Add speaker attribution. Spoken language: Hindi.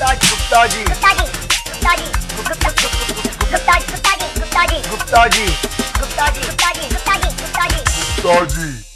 Speaker 1: गुप्ता जी
Speaker 2: गुप्ता जी गुप्ता जी गुप्ता जी गुप्ता जी गुप्ता जी गुप्ता जी
Speaker 1: गुप्ता जी
Speaker 2: गुप्ता जी गुप्ता जी गुप्ता जी
Speaker 1: गुप्ता जी